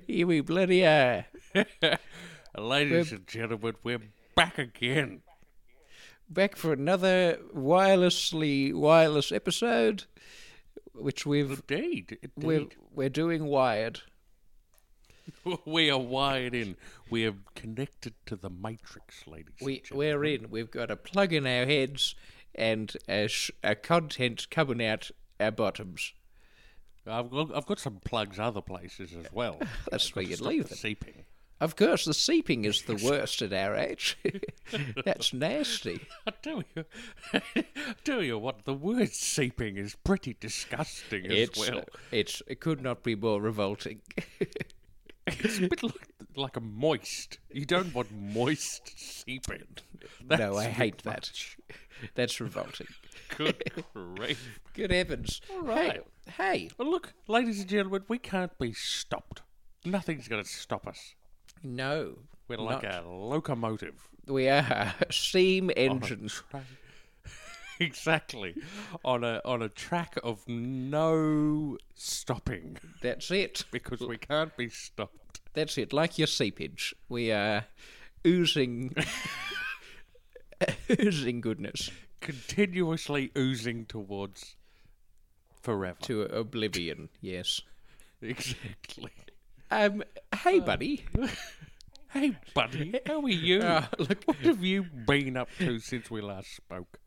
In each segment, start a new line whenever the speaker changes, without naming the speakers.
Here we bloody are.
Ladies and gentlemen, we're back again.
Back for another wirelessly wireless episode, which we've
Indeed,
we're,
indeed.
we're doing wired.
we are wired in. We are connected to the matrix, ladies.
We
and gentlemen.
we're in. We've got a plug in our heads and a, sh- a content coming out our bottoms.
I've got, I've got some plugs other places as well.
That's
I've
where
got to
you'd
stop
leave
the
them.
Seeping.
Of course, the seeping is the worst at our age. That's nasty.
I tell you, I tell you what, the word seeping is pretty disgusting as
It's, uh,
well.
it's it could not be more revolting.
It's a bit like, like a moist. You don't want moist seeping. That's
no, I
a
hate
bit
that. That's revolting.
much. Good grief.
Good heavens! All
right.
Hey, hey,
Well, look, ladies and gentlemen, we can't be stopped. Nothing's going to stop us.
no,
We're like
not.
a locomotive.
we are steam engines.
Exactly. on a on a track of no stopping
That's it.
because we can't be stopped.
That's it. Like your seepage, we are oozing, oozing goodness
Continuously oozing towards forever.
to oblivion. Yes.
Exactly.
Um. Hey, buddy.
Hey buddy, how are you?
Ah, look.
What have you been up to since we last spoke?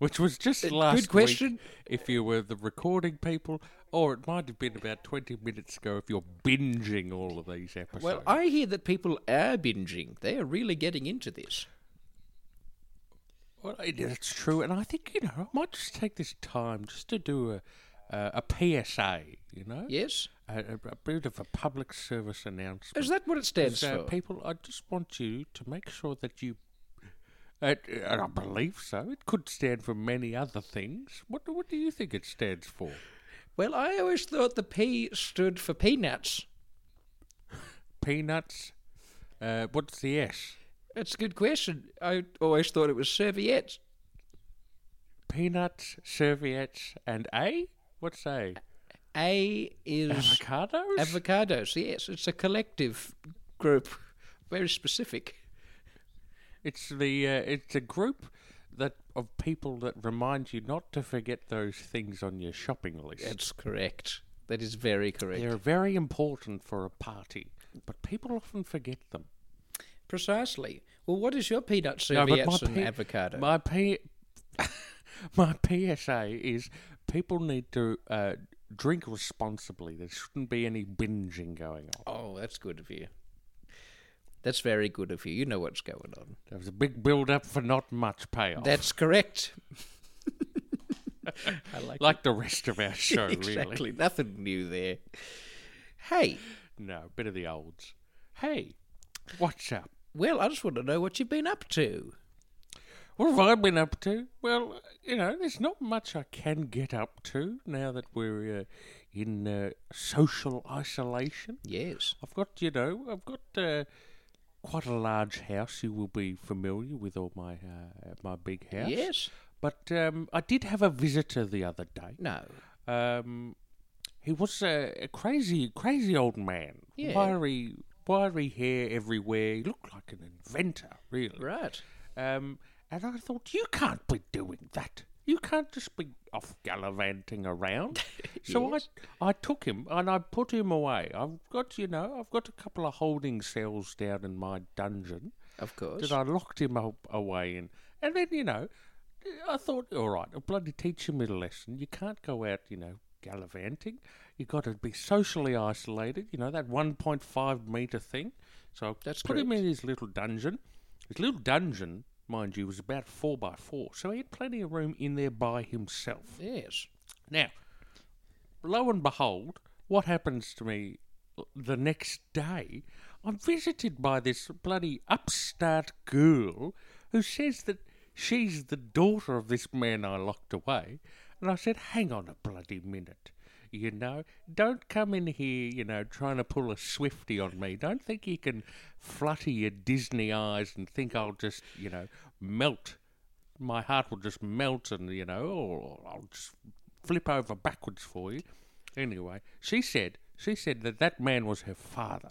Which was just last week,
question.
if you were the recording people, or it might have been about twenty minutes ago if you're binging all of these episodes.
Well, I hear that people are binging. They are really getting into this.
Well, it- that's true, and I think you know I might just take this time just to do a a, a PSA, you know,
Yes.
a, a, a bit of a public service announcement.
Is that what it stands
So,
for?
people, I just want you to make sure that you. Uh, and I believe so. It could stand for many other things. What do- What do you think it stands for?
Well, I always thought the P stood for peanuts.
Peanuts. Uh, what's the S?
That's a good question. I always thought it was serviettes.
Peanuts, serviettes, and A. What's A?
A is
Avocados.
avocados. Yes, it's a collective group. Very specific.
It's the uh, it's a group that of people that remind you not to forget those things on your shopping list.
That's correct. That is very correct.
They're very important for a party, but people often forget them.
Precisely. Well, what is your peanut
No, but
serviettes and
P-
avocado?
My P, my PSA is people need to uh, drink responsibly. There shouldn't be any binging going on.
oh, that's good of you. That's very good of you. You know what's going on.
There was a big build up for not much payoff.
That's correct. I like
like the rest of our show,
exactly.
really.
Nothing new there. Hey,
No, bit of the olds. Hey, what's up?
well, I just want to know what you've been up to.
What have I been up to? Well, you know, there's not much I can get up to now that we're uh, in uh, social isolation.
Yes.
I've got, you know, I've got uh, quite a large house. You will be familiar with all my uh, my big house.
Yes.
But um, I did have a visitor the other day.
No.
Um, he was a, a crazy, crazy old man.
Yeah.
Wiry, wiry hair everywhere. He looked like an inventor, really.
Right.
Um, and I thought, you can't be doing that. You can't just be off gallivanting around. So I, I took him and I put him away. I've got, you know, I've got a couple of holding cells down in my dungeon
Of course.
that I locked him up away in. And then, you know, I thought, all right, I'll bloody teach him a lesson. You can't go out, you know, gallivanting. you got to be socially isolated, you know, that 1.5 metre thing. So I
That's
put him in his little dungeon. His little dungeon, mind you, was about 4 by 4 so he had plenty of room in there by himself.
Yes.
Now, lo and behold, what happens to me the next day? I'm visited by this bloody upstart girl who says that she's the daughter of this man I locked away. And I said, hang on a bloody minute. You know, don't come in here, you know, trying to pull a swifty on me. Don't think you can flutter your Disney eyes and think I'll just, you know, melt my heart will just melt and you know or I'll just flip over backwards for you. Anyway, she said She said that that man was her father.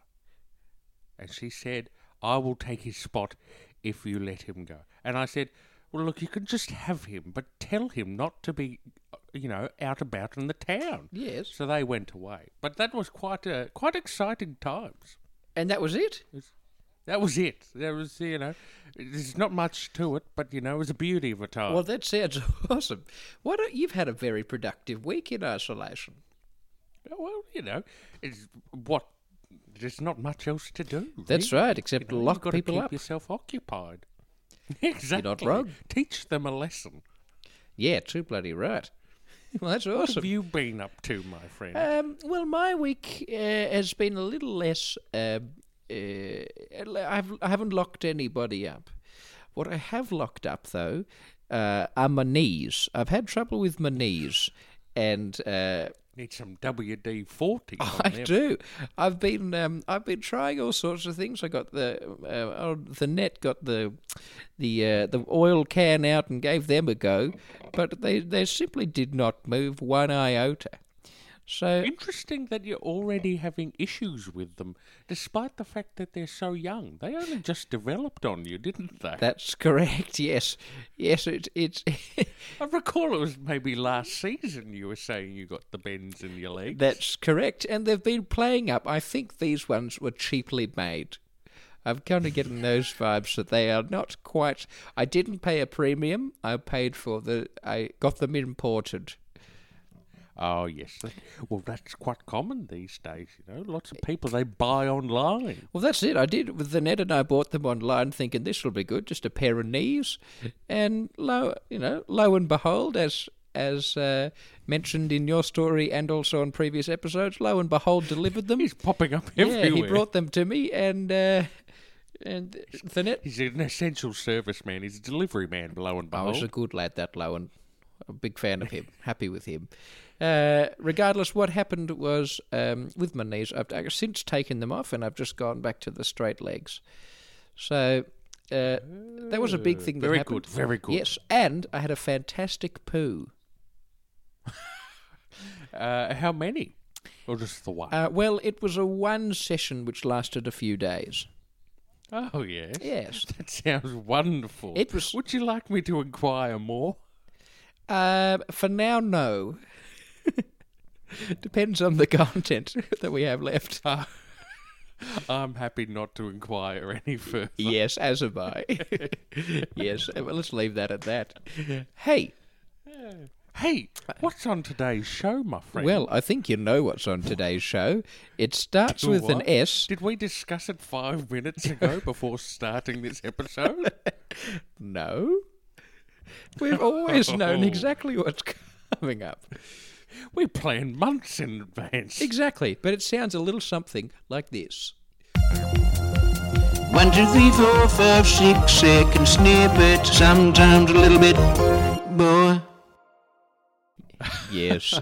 And she said, I will take his spot if you let him go. And I said, Well, look, you can just have him, but tell him not to be, you know, out about in the town.
Yes.
So they went away. But that was quite a, quite exciting times.
And that was it.
That was it. That was, you know, there's not much to it, but, you know, it was the beauty of a time.
Well, that sounds awesome. Why don't you've had a very productive week in isolation?
Well, you know, it's what there's not much else to do.
That's
really.
right, except
You know,
lock
you've got
people
to keep
up.
yourself occupied. exactly.
wrong.
Teach them a lesson.
Yeah, too bloody right. Well, that's
What
awesome.
have you been up to, my friend?
Um, well, my week uh, has been a little less. um uh, I've, I haven't locked anybody up. What I have locked up, though, uh, are my knees. I've had trouble with my knees, and uh,
Need some WD forty.
I do. I've been um, I've been trying all sorts of things. I got the uh, oh, the net got the the uh, the oil can out and gave them a go, but they they simply did not move one iota. So
Interesting that you're already having issues with them, despite the fact that they're so young. They only just developed on you, didn't they?
that's correct. Yes, yes. It it's
I recall it was maybe last season you were saying you got the bends in your legs.
that's correct. And they've been playing up. I think these ones were cheaply made. I'm kind of getting those vibes that they are not quite. I didn't pay a premium. I paid for the. I got them imported.
Oh yes, that- well that's quite common these days. You know, lots of people they buy online.
Well, that's it. I did with the net, and I bought them online, thinking this will be good, just a pair of knees. And lo, you know, lo and behold, as as uh, mentioned in your story and also on previous episodes, lo and behold, delivered them.
He's popping up everywhere.
yeah, he brought them to me, and uh, and the net.
He's an essential service man. He's a delivery man. Lo and
I was a
behold,
good lad, Oh, that Lowen. A big fan of him. Happy with him. Uh, regardless, what happened was um, with my knees, I've, I've since taken them off and I've just gone back to the straight legs. So uh, that was a big thing that
very
happened.
good, very good.
Yes, and I had a fantastic poo.
uh, how many? Or just the one?
Uh, well, it was a one session which lasted a few days.
oh yes,
Yes.
that sounds wonderful.
Uh, It was-
Would you like me to inquire more?
Uh, for now, no. Depends on the content that we have left.
Ah. I'm happy not to inquire any further.
Yes, as am I. yes, eh, well, let's leave that at that. Hey,
Hey, what's on today's show, my friend?
well, I think you know what's on today's show. It starts with an
What?
S.
Did we discuss it five minutes ago before starting this episode?
No. We've always known
Oh.
exactly what's coming up.
We plan months in advance.
Exactly, but it sounds a little something like this.
One, two, three, four, five, six seconds, snippet, sometimes a little bit more.
Yes.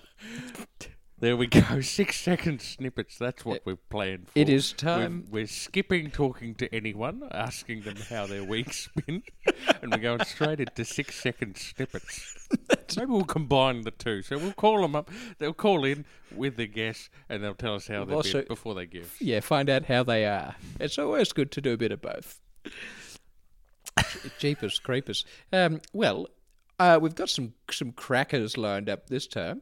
There we go. Six second snippets. That's what we've planned for.
It is
We've-
time.
We're, skipping talking to anyone, asking them how their week's been, and we're going straight into six second snippets. Maybe we'll combine the two. So we'll call them up. They'll call in with the guess, and they'll tell us how they've
also-
been before they give.
yeah, find out how they are. It's always good to do a bit of both. Jeepers creepers. Um, well, uh, we've got some some crackers lined up this time.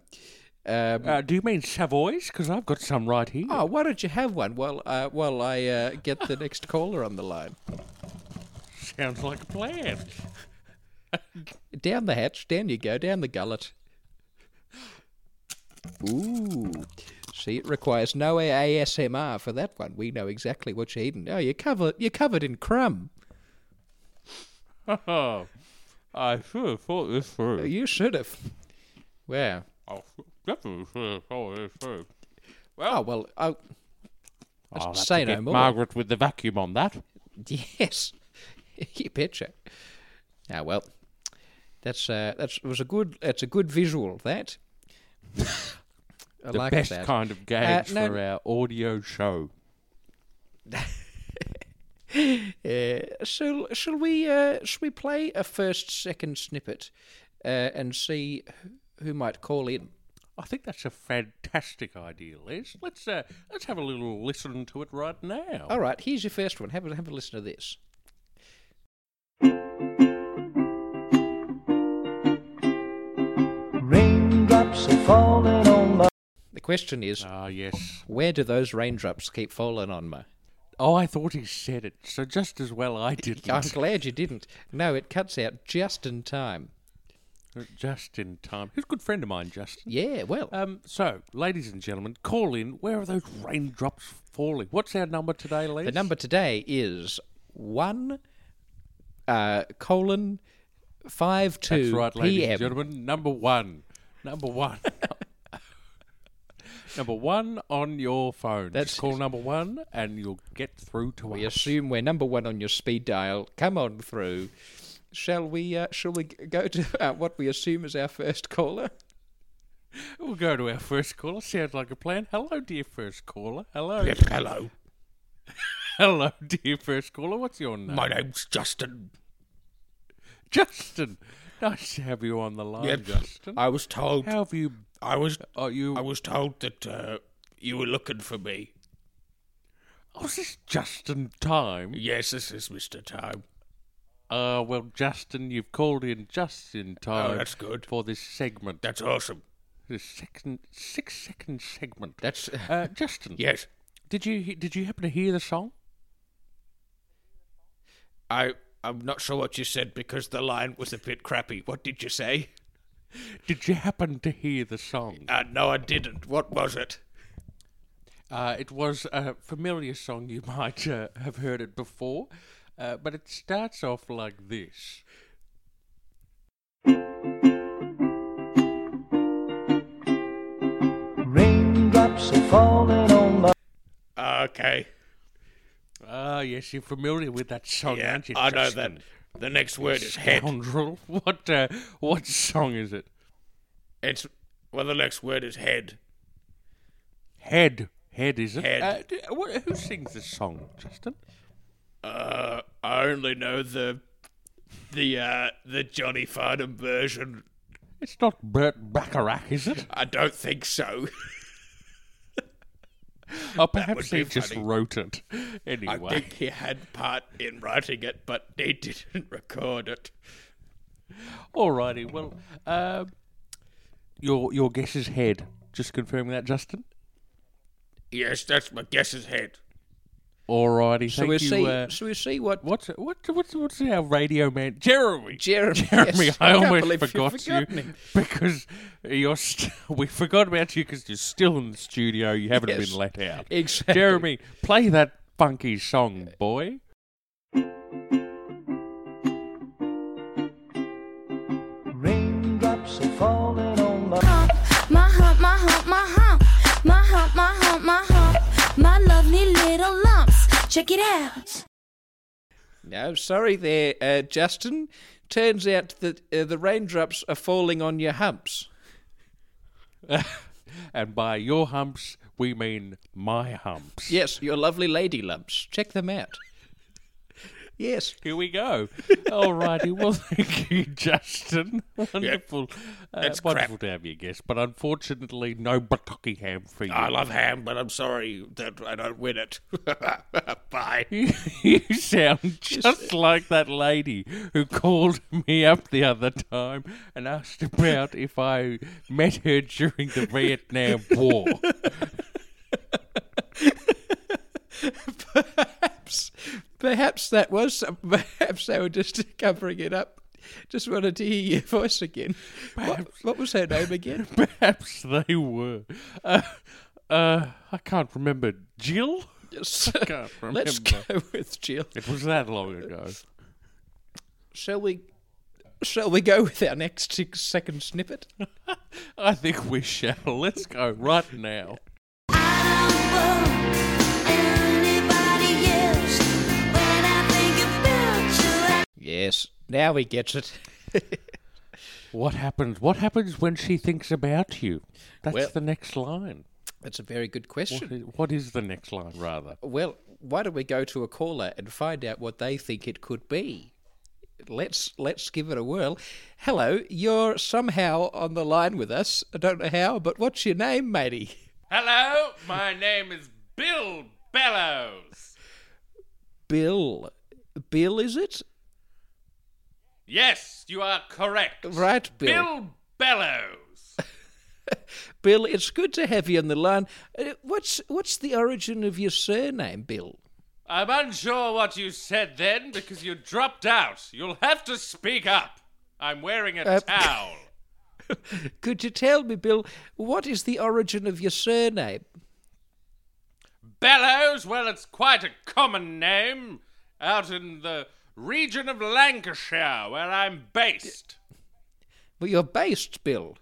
Um,
Uh, do you mean Savoys? Because I've got some right here.
Oh, why don't you have one while uh, while I uh, get the next caller on the line?
Sounds like a plan.
Down the hatch, down you go, down the gullet. Ooh, see, it requires no ASMR for that one. We know exactly what you're eating. Oh, you're covered, you're covered in crumb.
Oh, I should have thought this through.
You should have. Wow.
I definitely should have thought this through.
Oh well. Oh,
I'll have to
say no
get
more.
Margaret with the vacuum on that.
yes. you betcha. Ah well, that's uh, that's was a good that's a good visual that. I
the
like
best
that. Uh,
kind of gauge
no-
for our audio show.
Uh, so shall we uh, shall we play a first second snippet uh, and see who might call in?
I think that's a fantastic idea, Les. Let's uh, let's have a little listen to it right now.
All right, here's your first one. Have a, have a listen to this.
Raindrops are falling on my.
The question is,
Ah, yes.
where do those raindrops keep falling on me?
Oh, I thought he said it, so just as well I did.
I'm glad you didn't. No, it cuts out just in time.
Uh, Just in time. Who's a good friend of mine, Justin?
Yeah, well,
Um, so, ladies and gentlemen, call in. Where are those raindrops falling? What's our number today, Les?
the number today is one uh, colon five
That's
two
right, ladies and
p.m.
gentlemen. Number one. Number one. number one on your phone.
That's
Just call number one and you'll get through to
We
us.
assume we're number one on your speed dial. Come on through. Shall we? Uh, shall we g- go to uh, what we assume is our first caller?
We'll go to our first caller. Sounds like a plan. Hello, dear first caller. Hello.
Hello,
Hello, dear first caller. What's your name?
my name's Justin.
Justin. Nice to have you on the line,
Yep.
Justin.
I was told.
How have you?
I was.
Are you?
I was told that uh, you were looking for me.
Oh, is this Justin time?
Yes, this is Mister Time.
Uh, well, Justin, you've called in just in time.
Oh, that's good.
For this segment,
That's awesome.
this second six-second segment.
That's
uh, Justin.
Yes,
Did you he- did you happen to hear the song?
I. I'm not sure what you said because the line was a bit crappy. What did you say?
Did you happen to hear the song?
Uh, no, I didn't. What was it?
Uh, it was a familiar song. You might uh, have heard it before, uh, but it starts off like this.
Raindrops are falling on my.
Okay.
Ah, yes, you're familiar with that song,
Yeah,
aren't Oh, you?
I know that.
Justin?
The next word is head.
Scoundrel. What uh, what song is it?
It's well. The next word is head.
Head. Head is it?
Head.
Uh, d- wh- who sings this song, Justin?
Uh, I only know the the uh, the Johnny Farnham version.
It's not Bert Bacharach, is it?
I don't think so.
Or Oh, perhaps
be
he just
funny.
wrote it.
I
Anyway,
think he had part in writing it, but he didn't record it.
alrighty. Well, um, your your guess is head. Just confirming that, Justin.
Yes, that's my guess's head.
Alrighty.
so
thank
we
you.
see.
uh,
so we see what
What's what's what's what's our radio man Jeremy?
Jeremy.
Jeremy,
yes.
I
can't
almost
believe you've
forgot you
forgotten him.
because you're st- we forgot about you because you're still in the studio. You haven't
Yes,
been let out.
exactly.
Jeremy, play that funky song, boy.
Raindrops are falling on my.
My hump, my hump, my hump. My hump, my hump, my hump. My lovely little lumps. Check it out.
No, sorry there, uh, Justin. Turns out that uh, the raindrops are falling on your humps.
and by your humps, we mean my humps.
Yes, your lovely lady lumps. Check them out. Yes.
Here we go. Alrighty, well, thank you, Justin. Wonderful, uh,
That's crap.
wonderful to have your guest, but unfortunately, no buttocking ham for you.
I love ham, but I'm sorry that I don't win it. Bye.
You, you sound just like that lady who called me up the other time and asked about if I met her during the Vietnam War.
Perhaps, perhaps that was. some- Perhaps they were just covering it up. Just wanted to hear your voice again. What, what was her name again?
Perhaps they were. Uh, uh, I can't remember. Jill?
Yes.
Can't remember.
Let's go with Jill.
It was that long ago.
Shall we? Shall we go with our next six second snippet?
I think we shall. Let's go right now.
I don't want anybody else. When I think about you, I
Yes. Now he gets it.
What happens? What happens when she thinks about you? That's
Well-
the next line.
That's a very good
What
question.
is, what is the next line, rather?
Well, why don't we go to a caller and find out what they think it could be? let's let's give it a whirl. Hello, you're somehow on the line with us. I don't know how, but what's your name, matey?
Hello, my name is Bill Bellows.
Bill. Bill, is it?
Yes, you are correct.
Right, Bill.
Bill Bellows.
Bill, it's good to have you on the line. Uh, What's what's the origin of your surname, Bill?
I'm unsure what you said then because you dropped out. You'll have to speak up. I'm wearing a
Uh,
towel.
Could you tell me, Bill, what is the origin of your surname?
Bellows, well, it's quite a common name out in the region of Lancashire where I'm based.
Well, you're based, Bill.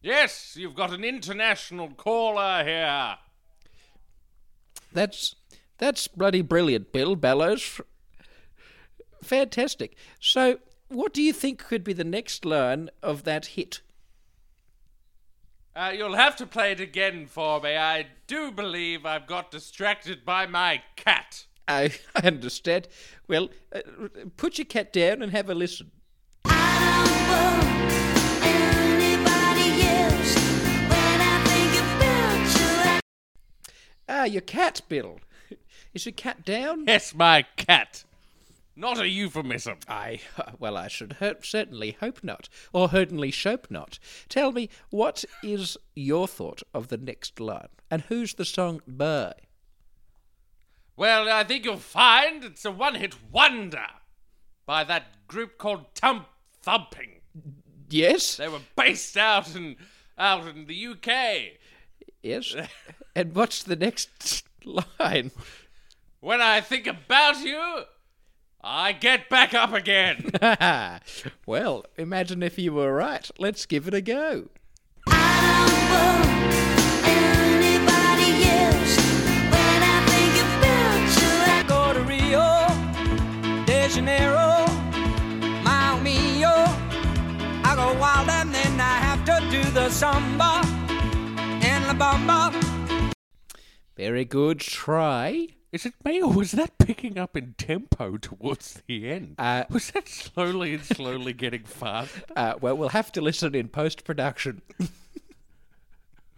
Yes, you've got an international caller here.
That's that's bloody brilliant, Bill Bellows. Fantastic. So, what do you think could be the next line of that hit?
Uh, you'll have to play it again for me. I do believe I've got distracted by my cat.
I I understand. Well, uh, r- put your cat down and have a listen. Ah, your cat, Bill. Is your cat down?
Yes, my cat. Not a euphemism.
I well, I should hope, certainly hope not, or certainly hope not. Tell me, what is your thought of the next line, and who's the song by?
Well, I think you'll find it's a one hit wonder by that group called Tump Thumping.
Yes,
They were based out in out in the UK.
yes. and what's the next line?
When I think about you, I get back up again.
well, imagine if you were right. Let's give it a go.
go to Rio de Janeiro, Mao Mio. I go wild and then I have to do the samba and la bamba.
Very good try.
Is it me or was that picking up in tempo towards the end?
Uh,
was that slowly and slowly getting faster?
Uh, well, we'll have to listen in post production.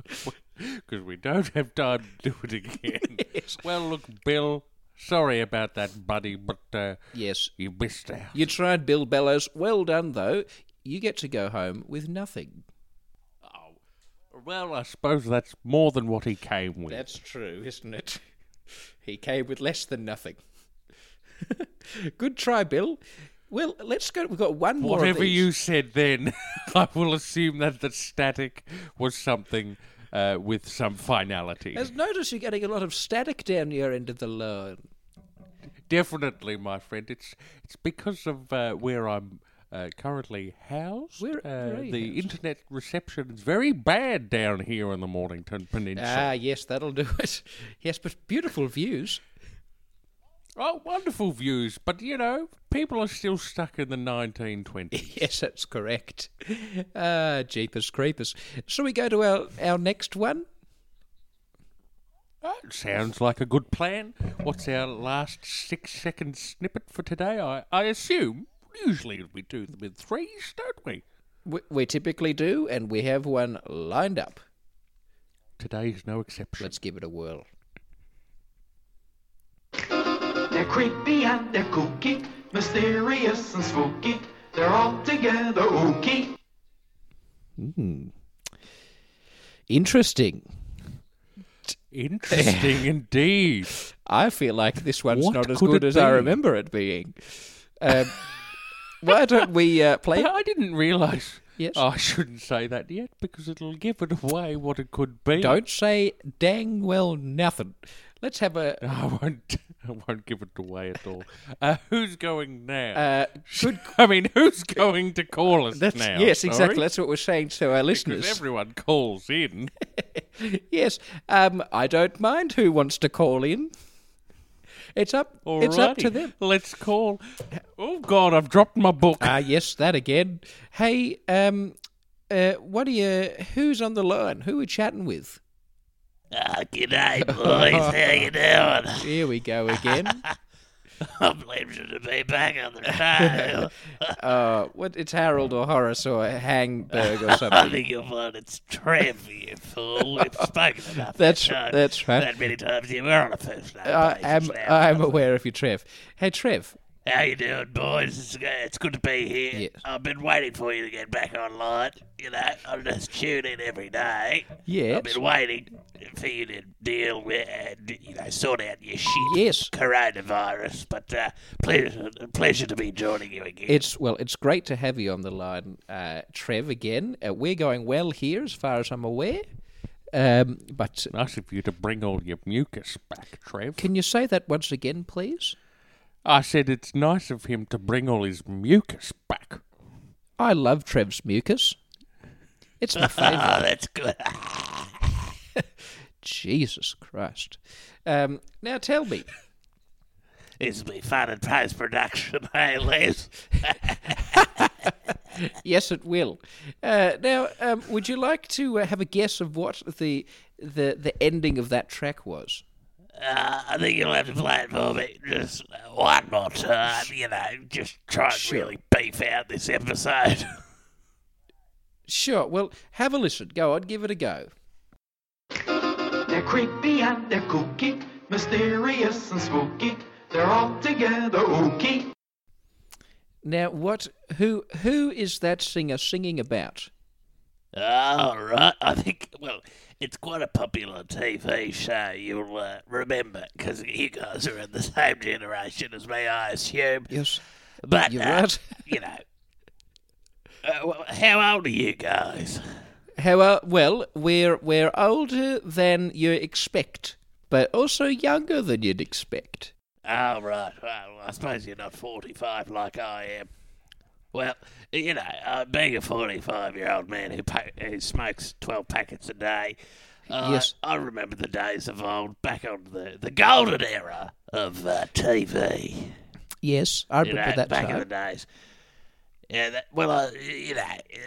Because we don't have time to do it again. Well, look, Bill, sorry about that, buddy, but uh,
yes,
you missed out.
you tried, Bill Bellows. Well done, though. You get to go home with nothing.
Well, I suppose that's more than what he came with.
That's true, isn't it? He came with less than nothing. Good try, Bill. Well, let's go. We've got one more. of
Whatever
these.
you said then, I will assume that the static was something uh, with some finality.
As notice, you're getting a lot of static down your end of the line.
Definitely, my friend. It's it's because of uh, where I'm uh, currently housed.
Where- where are
uh,
you
the
housed?
internet reception is very bad down here on the Mornington
Ah,
Peninsula.
yes, that'll do it. Yes, but beautiful views.
oh, wonderful views, but you know, people are still stuck in the 1920s.
Yes, that's correct. Ah, jeepers creepers. Shall we go to our, our next one?
Oh, sounds like a good plan. What's our last six-second snippet for today? I I assume usually we do them in threes, don't we?
We, we typically do, and we have one lined up.
Today's no exception.
Let's give it a whirl.
They're creepy and they're kooky, mysterious and spooky. They're all together ooky.
Interesting.
Interesting indeed.
I feel like this one's
What
not as
could
good
it
as I
be?
remember it being. Um, why don't we uh, play?
I didn't realise.
Yes.
I shouldn't say that yet because it'll give it away what it could be.
Don't say dang well nothing. Let's have a
I won't. I won't give it away at all. Uh, who's going now?
uh, good.
I mean, who's going to call us
That's,
now?
yes,
sorry?
exactly. That's what we're saying to our
Because
listeners.
everyone calls in.
Yes, um, I don't mind who wants to call in. It's up. It's up to
Alrighty,
them.
Let's call. Oh God, I've dropped my book.
Ah, yes, that again. Hey, um, uh, what are you? Who's on the line? Who are we chatting with?
G'day, boys. How you doing?
Here we go again.
I'm later to be back on the dial.
Uh, what? It's Harold or Horace or Hangberg or
I
something.
think you'll find it's trampy, you fool. We've spoken about
That's-
that,
that's right.
That many times you were on a first name
I
basis
am.
now.
I'm aware of you, Trev. Hey, Trev.
How you doing, boys? It's, g- it's good to be here.
Yes.
I've been waiting for you to get back online. You know, I'm just tuning in every day.
Yes.
I've been waiting for you to deal with and you know sort out your shit.
Yes.
Coronavirus, but uh, pleasure, pleasure to be joining you again.
It's well. It's great to have you on the line, uh, Trev. Again, uh, we're going well here, as far as I'm aware. Um, but
Nice of you to bring all your mucus back, Trev.
can you say that once again, please?
I said it's nice of him to bring all his mucus back.
I love Trev's mucus. It's my favourite.
oh, that's good.
Jesus Christ. Um, now tell me.
This will be fun in post production, hey, Les?
Yes, it will. Uh, now, um, would you like to uh, have a guess of what the the the ending of that track was?
Uh, I think you'll have to play it for me just one more time, you know, just try and really beef out this episode.
Sure. Well, have a listen. Go on, give it a go.
They're creepy and they're kooky, mysterious and spooky. They're all together ooky.
Now, what? Who? Who is that singer singing about?
All right, I think, well, it's quite a popular TV show, you'll uh, remember, because you guys are in the same generation as me, I assume.
Yes.
But,
you're
uh,
right.
you know, uh, well, how old are you guys?
How? Uh, well, we're we're older than you expect, but also younger than you'd expect.
Oh, right. Well, I suppose you're not 45 like I am. Well, you know, uh, being a 45 year old man who, pa- who smokes 12 packets a day, uh,
Yes.
I remember the days of old, back on the, the golden era of uh, TV.
Yes, I
You
remember
know,
that
back
time.
in the days. Yeah, that, well, uh, you know, uh,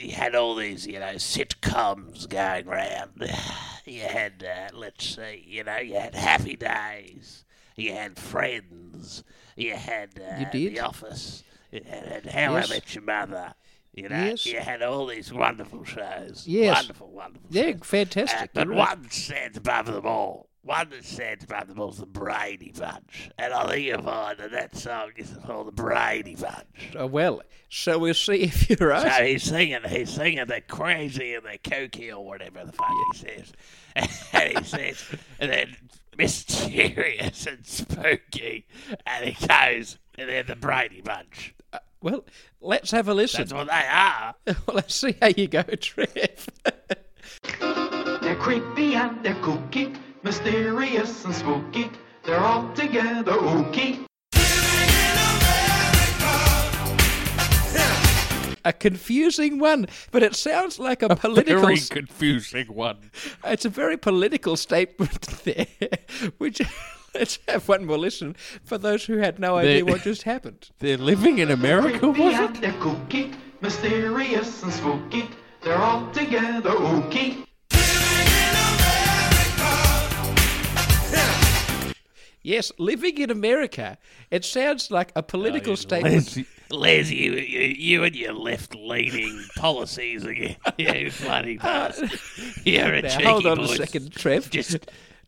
you had all these, you know, sitcoms going round. You had, uh, let's see, you know, you had Happy Days. You had Friends. You had uh,
You did?
The Office. You had How
Yes.
I Met Your Mother. You know,
Yes.
you had all these wonderful shows.
Yes.
Wonderful, wonderful
Yeah,
shows.
fantastic.
Uh, but
you're right.
one stands above them all. One that stands above them all is the Brady Bunch. And I think you'll find that that song is called the Brady Bunch.
Oh, well, so we'll see if you're right.
So he's singing, he's singing they're crazy and they're kooky or whatever the fuck he says. And he says, and then mysterious and spooky. And he goes, and they're the Brady Bunch.
Well, let's have a listen.
That's what they are.
Well, let's see how you go, Trev.
They're creepy and they're kooky, mysterious and spooky. They're all together ooky.
a confusing one, but it sounds like a, political.
Very
s-
confusing one.
It's a very political statement there. Which let's have one more listen for those who had no idea what just happened.
They're living in America,
Creepy
was
and
it?
they're kooky, mysterious and spooky. They're all together ooky.
Yes, living in America, it sounds like a
Oh,
political statement.
Lindsay,
Les, you, you, you and your left-leaning policies again. You bloody bastard. You're a
Now,
cheeky
hold on
boy.
a second, Trev.
Just,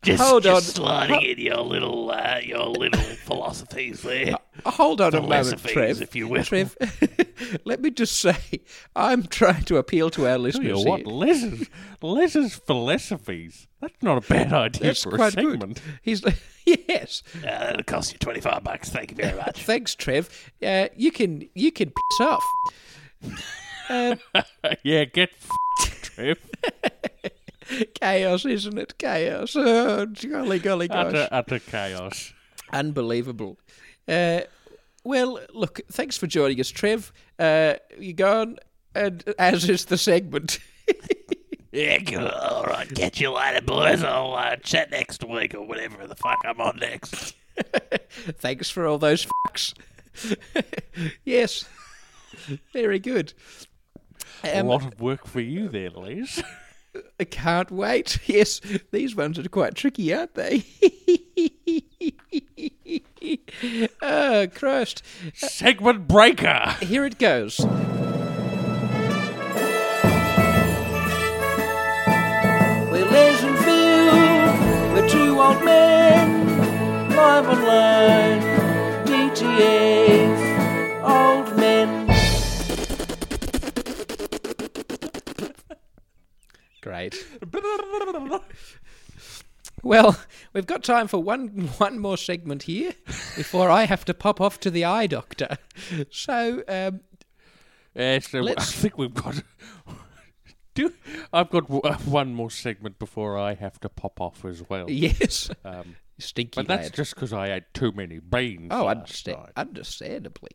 just,
Hold
just
on.
sliding
Ho-
in your little, uh, your little philosophies
Uh,
there.
Hold on a moment,
Philosophies,
Trev.
if you will.
Trev, let me just say, I'm trying to appeal to our
tell
listeners.
you
here.
Oh, what, Les's, Les's philosophies. That's not a bad idea
That's
for a
quite
segment.
good. He's yes.
Uh, that'll cost you twenty-five bucks. Thank you very much.
Thanks, Trev. Uh, you can you can piss off.
yeah, get f- Trev.
Chaos, isn't it? Chaos. Oh, golly, golly, gosh.
Utter, utter chaos.
Unbelievable. Uh, well, look, thanks for joining us, Trev. Uh, you go on, and as is the segment.
yeah, good. All right. Catch you later, boys. I'll uh, chat next week or whatever the fuck I'm on next.
thanks for all those fucks. yes. Very good.
a
Um,
lot of work for you there, Les.
I can't wait. Yes, these ones are quite tricky, aren't they? Oh, Christ.
Segment breaker.
Here it goes.
We live in fear, we're two old men, live and learn, DTF, old men.
Great. Well, we've got time for one one more segment here before I have to pop off to the eye doctor. So, um,
Yes, Eh, so I
Let's-
think we've got. Do I've got w- uh, one more segment before I have to pop off as well.
yes,
Um,
stinky
but that's
lad.
just because I ate too many beans.
Oh,
last
understand,
night.
understandably.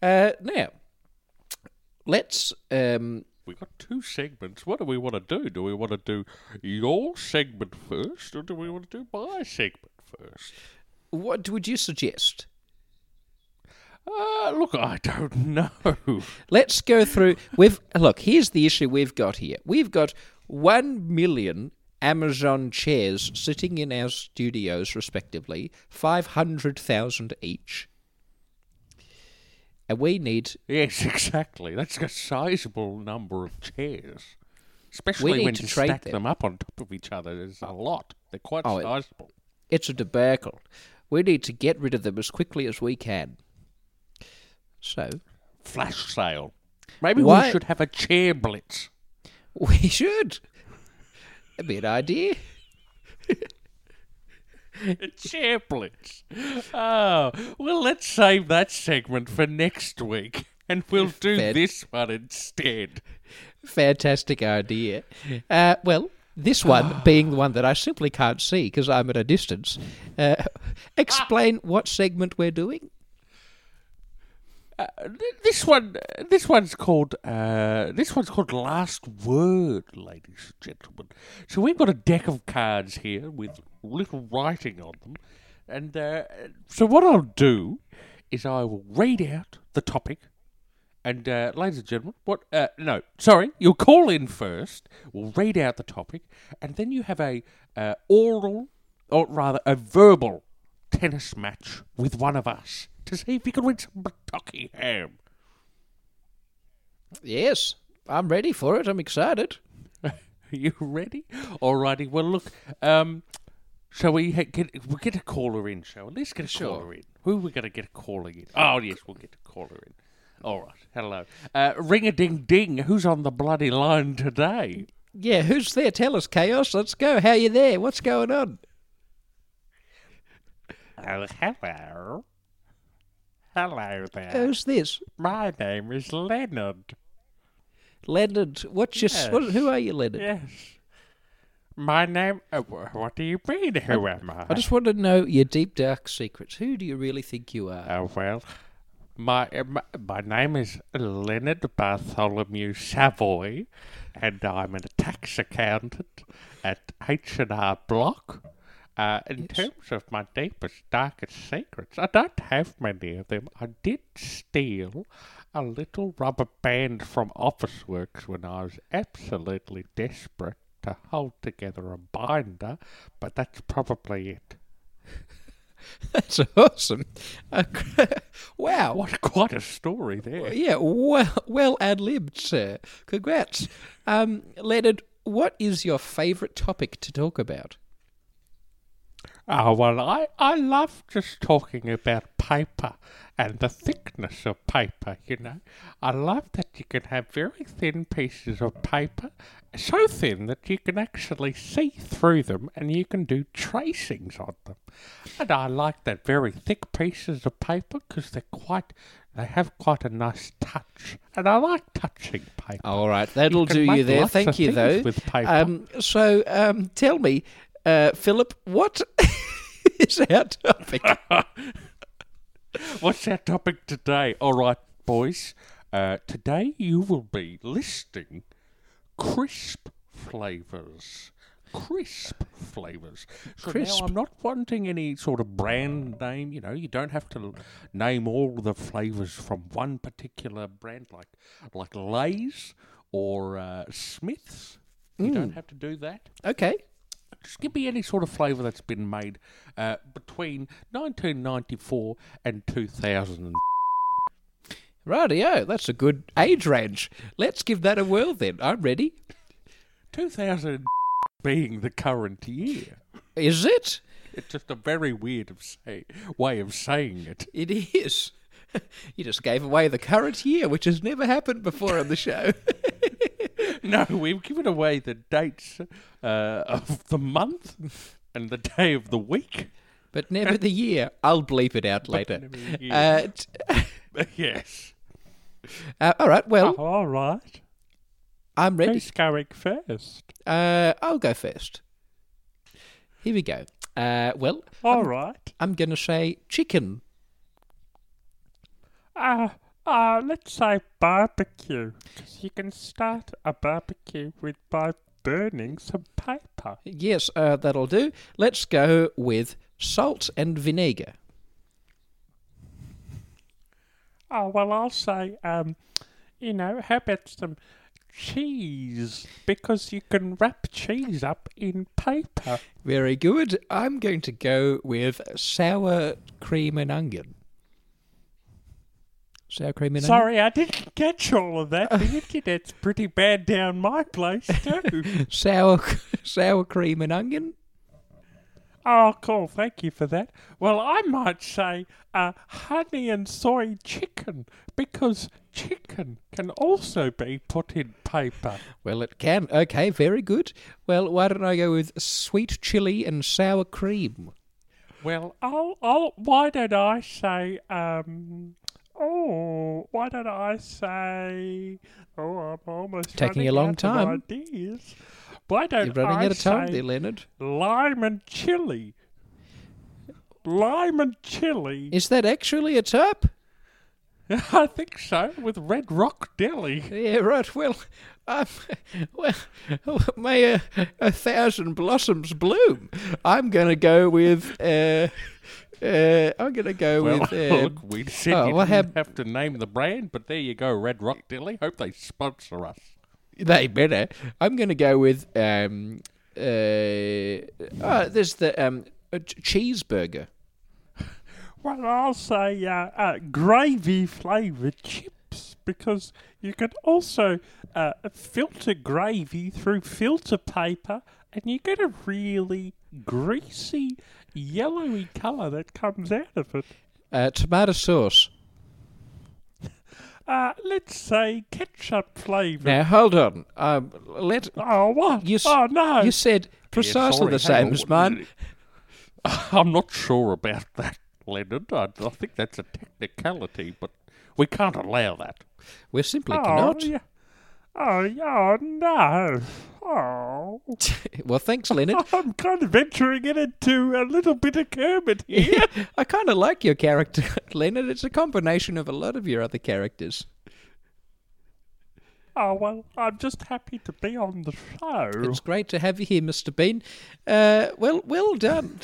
Uh, now, let's. Um,
We've got two segments. What do we want to do? Do we want to do your segment first, or do we want to do my segment first?
what would you suggest?
Uh, look, I don't know.
Let's go through. We've look. Here's the issue we've got here. We've got one million Amazon chairs sitting in our studios, respectively, five hundred thousand each, and we need
Yes, exactly. That's a sizable number of chairs.
need
Especially when
to
you
trade
stack
them.
them. up on top of each other. There's a lot. They're quite
Oh, it-
sizable.
It's a debacle. We need to get rid of them as quickly as we can. So
Flash sale. Maybe
Why-
we should have a chair blitz.
we should. A bit idea.
A chair blitz. Oh, well, let's save that segment for next week. And we'll do
Fair.
this one instead.
Fantastic idea. Uh, well, this one being the one that I simply can't see because I'm at a distance. Uh, explain what segment we're doing.
Th- This one, this one's called, uh, this one's called Last Word, ladies and gentlemen. So we've got a deck of cards here with little writing on them, and uh, so what I'll do is I will read out the topic, and uh, ladies and gentlemen, what? Uh, no, sorry, you'll call in first. We'll read out the topic, and then you have a uh, oral, or rather a verbal tennis match with one of us to see if you can win some Kentucky ham.
Yes, I'm ready for it. I'm excited.
Are you ready? Alrighty. Well, look. Um, shall we ha- get we'll get a caller in? Shall we? Let's get a caller in. Who are we going to get a caller in? Oh yes, we'll get a caller in. All right. Hello. Uh, ring a ding ding. Who's on the bloody line today?
Yeah, who's there? Tell us, Chaos. Let's go. How you there? What's going on?
Oh, hello. Hello there.
Who's this?
My name is Leonard.
Leonard. What's your? s What, who are you, Leonard?
Yes. My name. Uh, wh- what do you mean? Who am I?
I just want to know your deep dark secrets. Who do you really think you are?
Uh, well, my, uh, my my name is Leonard Bartholomew Savoy, and I'm a tax accountant at H and R Block. Uh, in terms of my deepest, darkest secrets, I don't have many of them. I did steal a little rubber band from Office Works when I was absolutely desperate to hold together a binder, but that's probably it.
That's awesome. Uh, wow.
What quite a story there.
Yeah, well, well ad libbed, sir. Congrats. Um, Leonard, what is your favourite topic to talk about?
Oh, well, I, I love just talking about paper and the thickness of paper, you know. I love that you can have very thin pieces of paper, so thin that you can actually see through them and you can do tracings on them. And I like that very thick pieces of paper because they're quite, they have quite a nice touch. And I like touching paper.
All right, that'll
can
do you
make
there.
lots of
Thank you,
things
though.
with paper.
Um, so, um, tell me, uh, Philip, what is our topic?
What's our topic today? All right, boys. Uh, today you will be listing crisp flavors. Crisp flavors. So
Crisp.
now I'm not wanting any sort of brand name. You know, you don't have to l- name all the flavors from one particular brand, like like Lay's or uh, Smiths. You don't have to do that.
okay.
Just give me any sort of flavour that's been made uh, between 1994 and 2000.
Rightio, that's a good age range. Let's give that a whirl then. I'm ready.
2000 being the current year.
Is it?
It's just a very weird of say, way of saying it.
It is. You just gave away the current year, which has never happened before on the show.
No, we've given away the dates uh, of the month and the day of the week.
but never the year. I'll bleep it out later.
never the year.
Uh, t-
yes.
uh, all right, well,
All right.
I'm ready.
going first?
Uh, I'll go first. Here we go. Uh, well,
All right.
I'm going to say chicken.
Uh, uh, let's say barbecue. Because you can start a barbecue with by burning some paper.
Yes, uh, that'll do. Let's go with salt and vinegar.
Oh, well, I'll say, um, you know, how about some cheese? Because you can wrap cheese up in paper.
Very good. I'm going to go with sour cream and onion. Sour cream and
Sorry, I didn't catch all of that. The internet's pretty bad down my place, too.
onion. Sour sour cream and onion.
oh, cool. Thank you for that. Well, I might say uh, honey and soy chicken because chicken can also be put in paper.
Well, it can. Okay, very good. Well, why don't I go with sweet chili and sour cream?
Well, I'll, I'll, why don't I say, um, oh, why don't I say, oh, I'm almost
Taking
running
a long
out of
time.
Ideas. Why don't
You're running
I
out of time
say
there, Leonard.
lime and chili? Lime and chili.
Is that actually a type?
I think so, with Red Rock Deli.
Yeah, right. Well, I'm, well, may a, a thousand blossoms bloom. I'm going to go with. Uh, uh, I'm going to go
Well,
with. Uh,
look, we said
oh,
you
what
didn't
hap-
have to name the brand, but there you go, Red Rock Deli. Hope they sponsor us.
They better. I'm going to go with. Um, uh, oh, there's the um, a ch- cheeseburger.
Well, I'll say uh, uh, gravy flavored chips because you can also uh, filter gravy through filter paper and you get a really greasy, yellowy colour that comes out of it.
Uh, tomato sauce.
Uh, let's say ketchup flavour.
Now hold on. Um, let
Oh, what?
You s-
oh, no.
you said precisely
sorry,
the
hang
same
on.
as mine.
I'm not sure about that, Leonard. I, I think that's a technicality, but we can't allow that.
We're simply
Oh,
cannot.
yeah. Oh, yeah, oh, no. Oh.
Well, thanks, Leonard.
I'm kind of venturing it into a little bit of Kermit here.
I kind of like your character, Leonard. It's a combination of a lot of your other characters.
oh, well, I'm just happy to be on the show.
It's great to have you here, Mr. Bean. Uh, well, well done.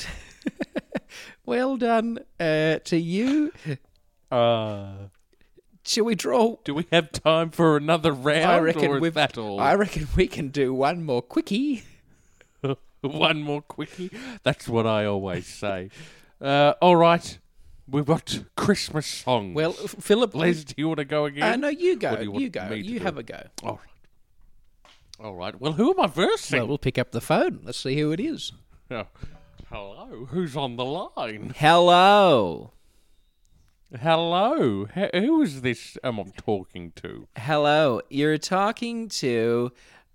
well done uh, to you.
Uh,
Shall we draw?
do we have time for another round?
I reckon
or is
we've.
that all?
I reckon we can do one more quickie.
One more quickie. That's what I always say. uh, all right. We've got Christmas songs.
Well, F- Philip.
Les, do you want to go again?
Uh, no, you
Or
go.
do
You,
want
go.
me to
You
do
have
it?
a go.
All right. All right. Well, who am I versing?
Well, we'll pick up the phone. Let's see who it is.
Oh, hello. Who's on the line?
Hello.
Hello. H- who is this am I talking to?
Um, Hello. You're talking to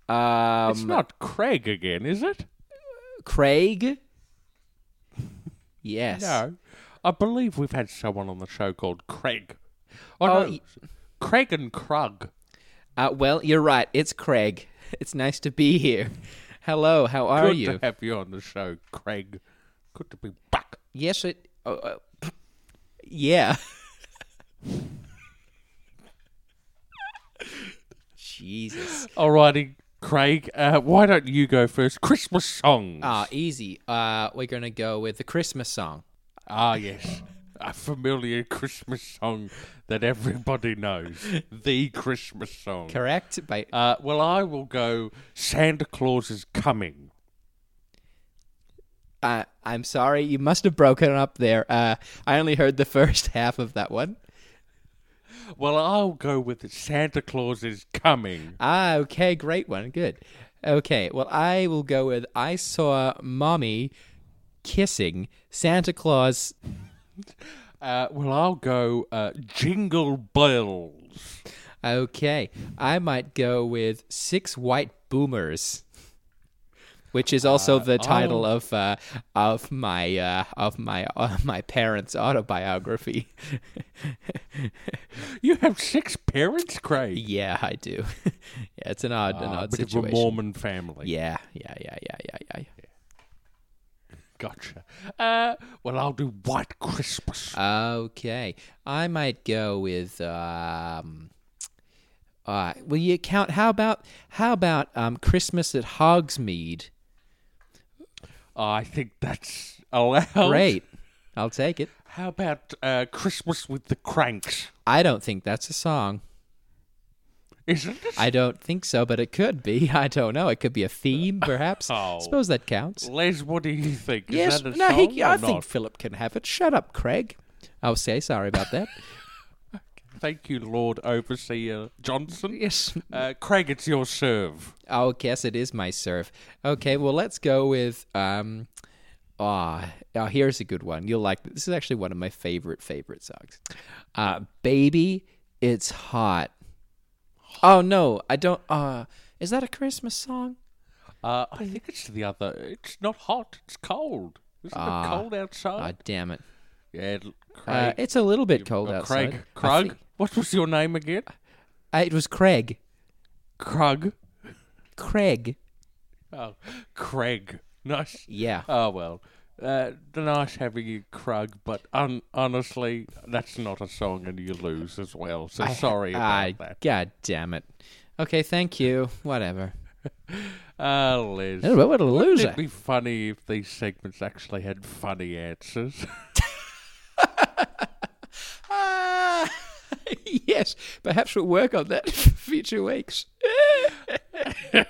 um,
It's not Craig again, is it?
Craig? Yes.
No. I believe we've had someone on the show called Craig. Oh,
Oh,
no.
y-
Craig and Krug.
Uh, well, you're right. It's Craig. It's nice to be here. Hello. How are
Good
you?
to have you on the show, Craig. Good to be back.
yes, it. Oh, uh, yeah. Jesus.
Alrighty, Craig. Uh, why don't you go first? Christmas songs.
Ah, easy. Uh, we're gonna go with the Christmas song.
Ah, yes. A familiar Christmas song that everybody knows. The Christmas song.
Correct? By
Uh, well, I will go. Santa Claus is coming.
I, I'm sorry, you must have broken up there. Uh, I only heard the first half of that one.
Well, I'll go with Santa Claus is coming.
Ah, okay, great one, good. Okay, well, I will go with I saw mommy kissing Santa Claus.
Uh, well, I'll go uh, Jingle Bells.
Okay, I might go with Six White Boomers. Which is also the title of uh, of my uh, of my uh, my parents' autobiography.
You have six parents, Craig.
yeah, I do. yeah, it's an odd an
Ah,
odd
bit
situation.
of a Mormon family.
Yeah, yeah, yeah, yeah, yeah, yeah.
Gotcha. Uh, well, I'll do White Christmas.
Uh, Okay, I might go with. Um, uh, will you count? How about how about um, Christmas at Hogsmeade?
I think that's allowed.
Great, I'll take it.
How about uh, Christmas with the Cranks?
I don't think that's a song.
Isn't it?
I don't think so, but it could be. I don't know. It could be a theme, perhaps.
Oh.
Suppose that counts.
Les, what do you think? Is
yes.
that a
No,
song
he, I
or
think
not?
Philip can have it. Shut up, Craig. I'll say sorry about that.
Thank you, Lord Overseer Johnson.
yes.
Uh, Craig, it's your serve.
Oh, guess it is my serve. Okay, well let's go with um ah oh, here's a good one. You'll like this. This is actually one of my favorite favorite songs. Uh Baby, it's hot. Oh no, I don't uh is that a Christmas song?
Uh, I think it's the other. It's not hot. It's cold. Isn't it cold
Oh
outside?
damn it.
yeah, l-
Uh,
Craig.
it's a little bit cold
uh,
outside.
Craig.
I
Krug.
think-
What was your name again?
uh, it was Craig.
Krug.
Craig.
Oh, Craig. Nice.
Yeah.
Oh well. Uh, nice having you, Krug, but un- honestly, that's not a song, and you lose as well. So sorry
I,
about that.
Ah, God damn it. Okay, thank you. Whatever.
Ah, Liz.
Oh, What a loser.
It'd be funny if these segments actually had funny answers.
Ah, yes, perhaps we'll work on that for future weeks.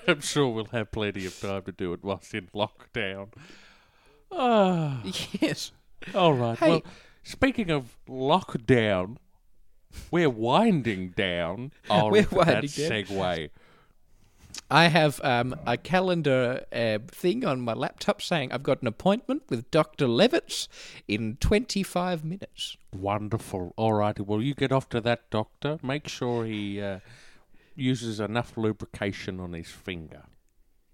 I'm sure we'll have plenty of time to do it whilst in lockdown. Ah,
yes.
all right.
Hey.
Well, speaking of lockdown, we're winding down. Oh,
We're
look at that
winding down.
segue.
I have um, a calendar uh, thing on my laptop saying I've got an appointment with Dr. Levitz in 25 minutes.
Wonderful. All righty. Well, you get off to that doctor. Make sure he uh, uses enough lubrication on his finger.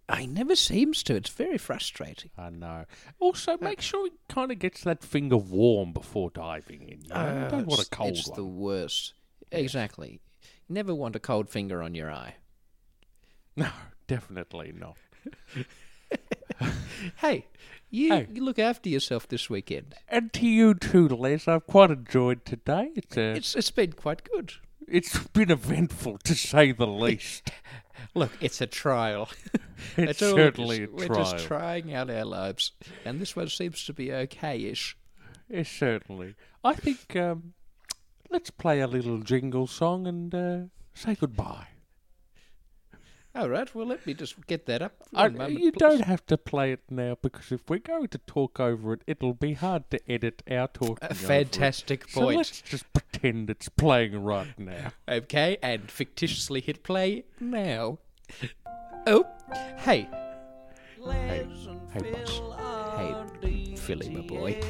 I never seems to. It's very frustrating.
I know. Also, make sure he kind of gets that finger warm before diving in. You know? You don't want a cold
it's
one.
the worst. Exactly. You never want a cold finger on your eye.
No, definitely not.
Hey, you,
Hey.
you look after yourself this weekend.
And to you too, Les. I've quite enjoyed today. It's, uh,
It's it's been quite good.
it's been eventful, to say the least.
Look, it's a trial.
It's
all it
certainly
is.
a
We're just
trial.
trying out our lives, and this one seems to be okay-ish.
Yes, certainly. I think um, let's play a little jingle song and uh, say goodbye.
All right, well, let me just get that up. for
I,
a moment,
you
please.
don't have to play it now because if we're going to talk over it, it'll be hard to edit our talking. over it.
fantastic
So
point.
let's just pretend it's playing right now.
Okay, and fictitiously hit play now. Oh, hey,
Hey, boss.
hey, Philly, my boy.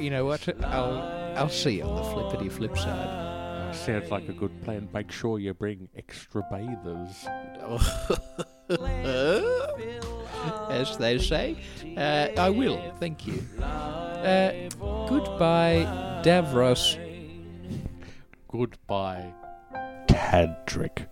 You know what? I'll I'll see you on the flippity flip side.
Sounds like a good plan. Make sure you bring extra bathers.
As they say, uh, I will. Thank you. Uh, goodbye, Davros.
Goodbye, Tadrick.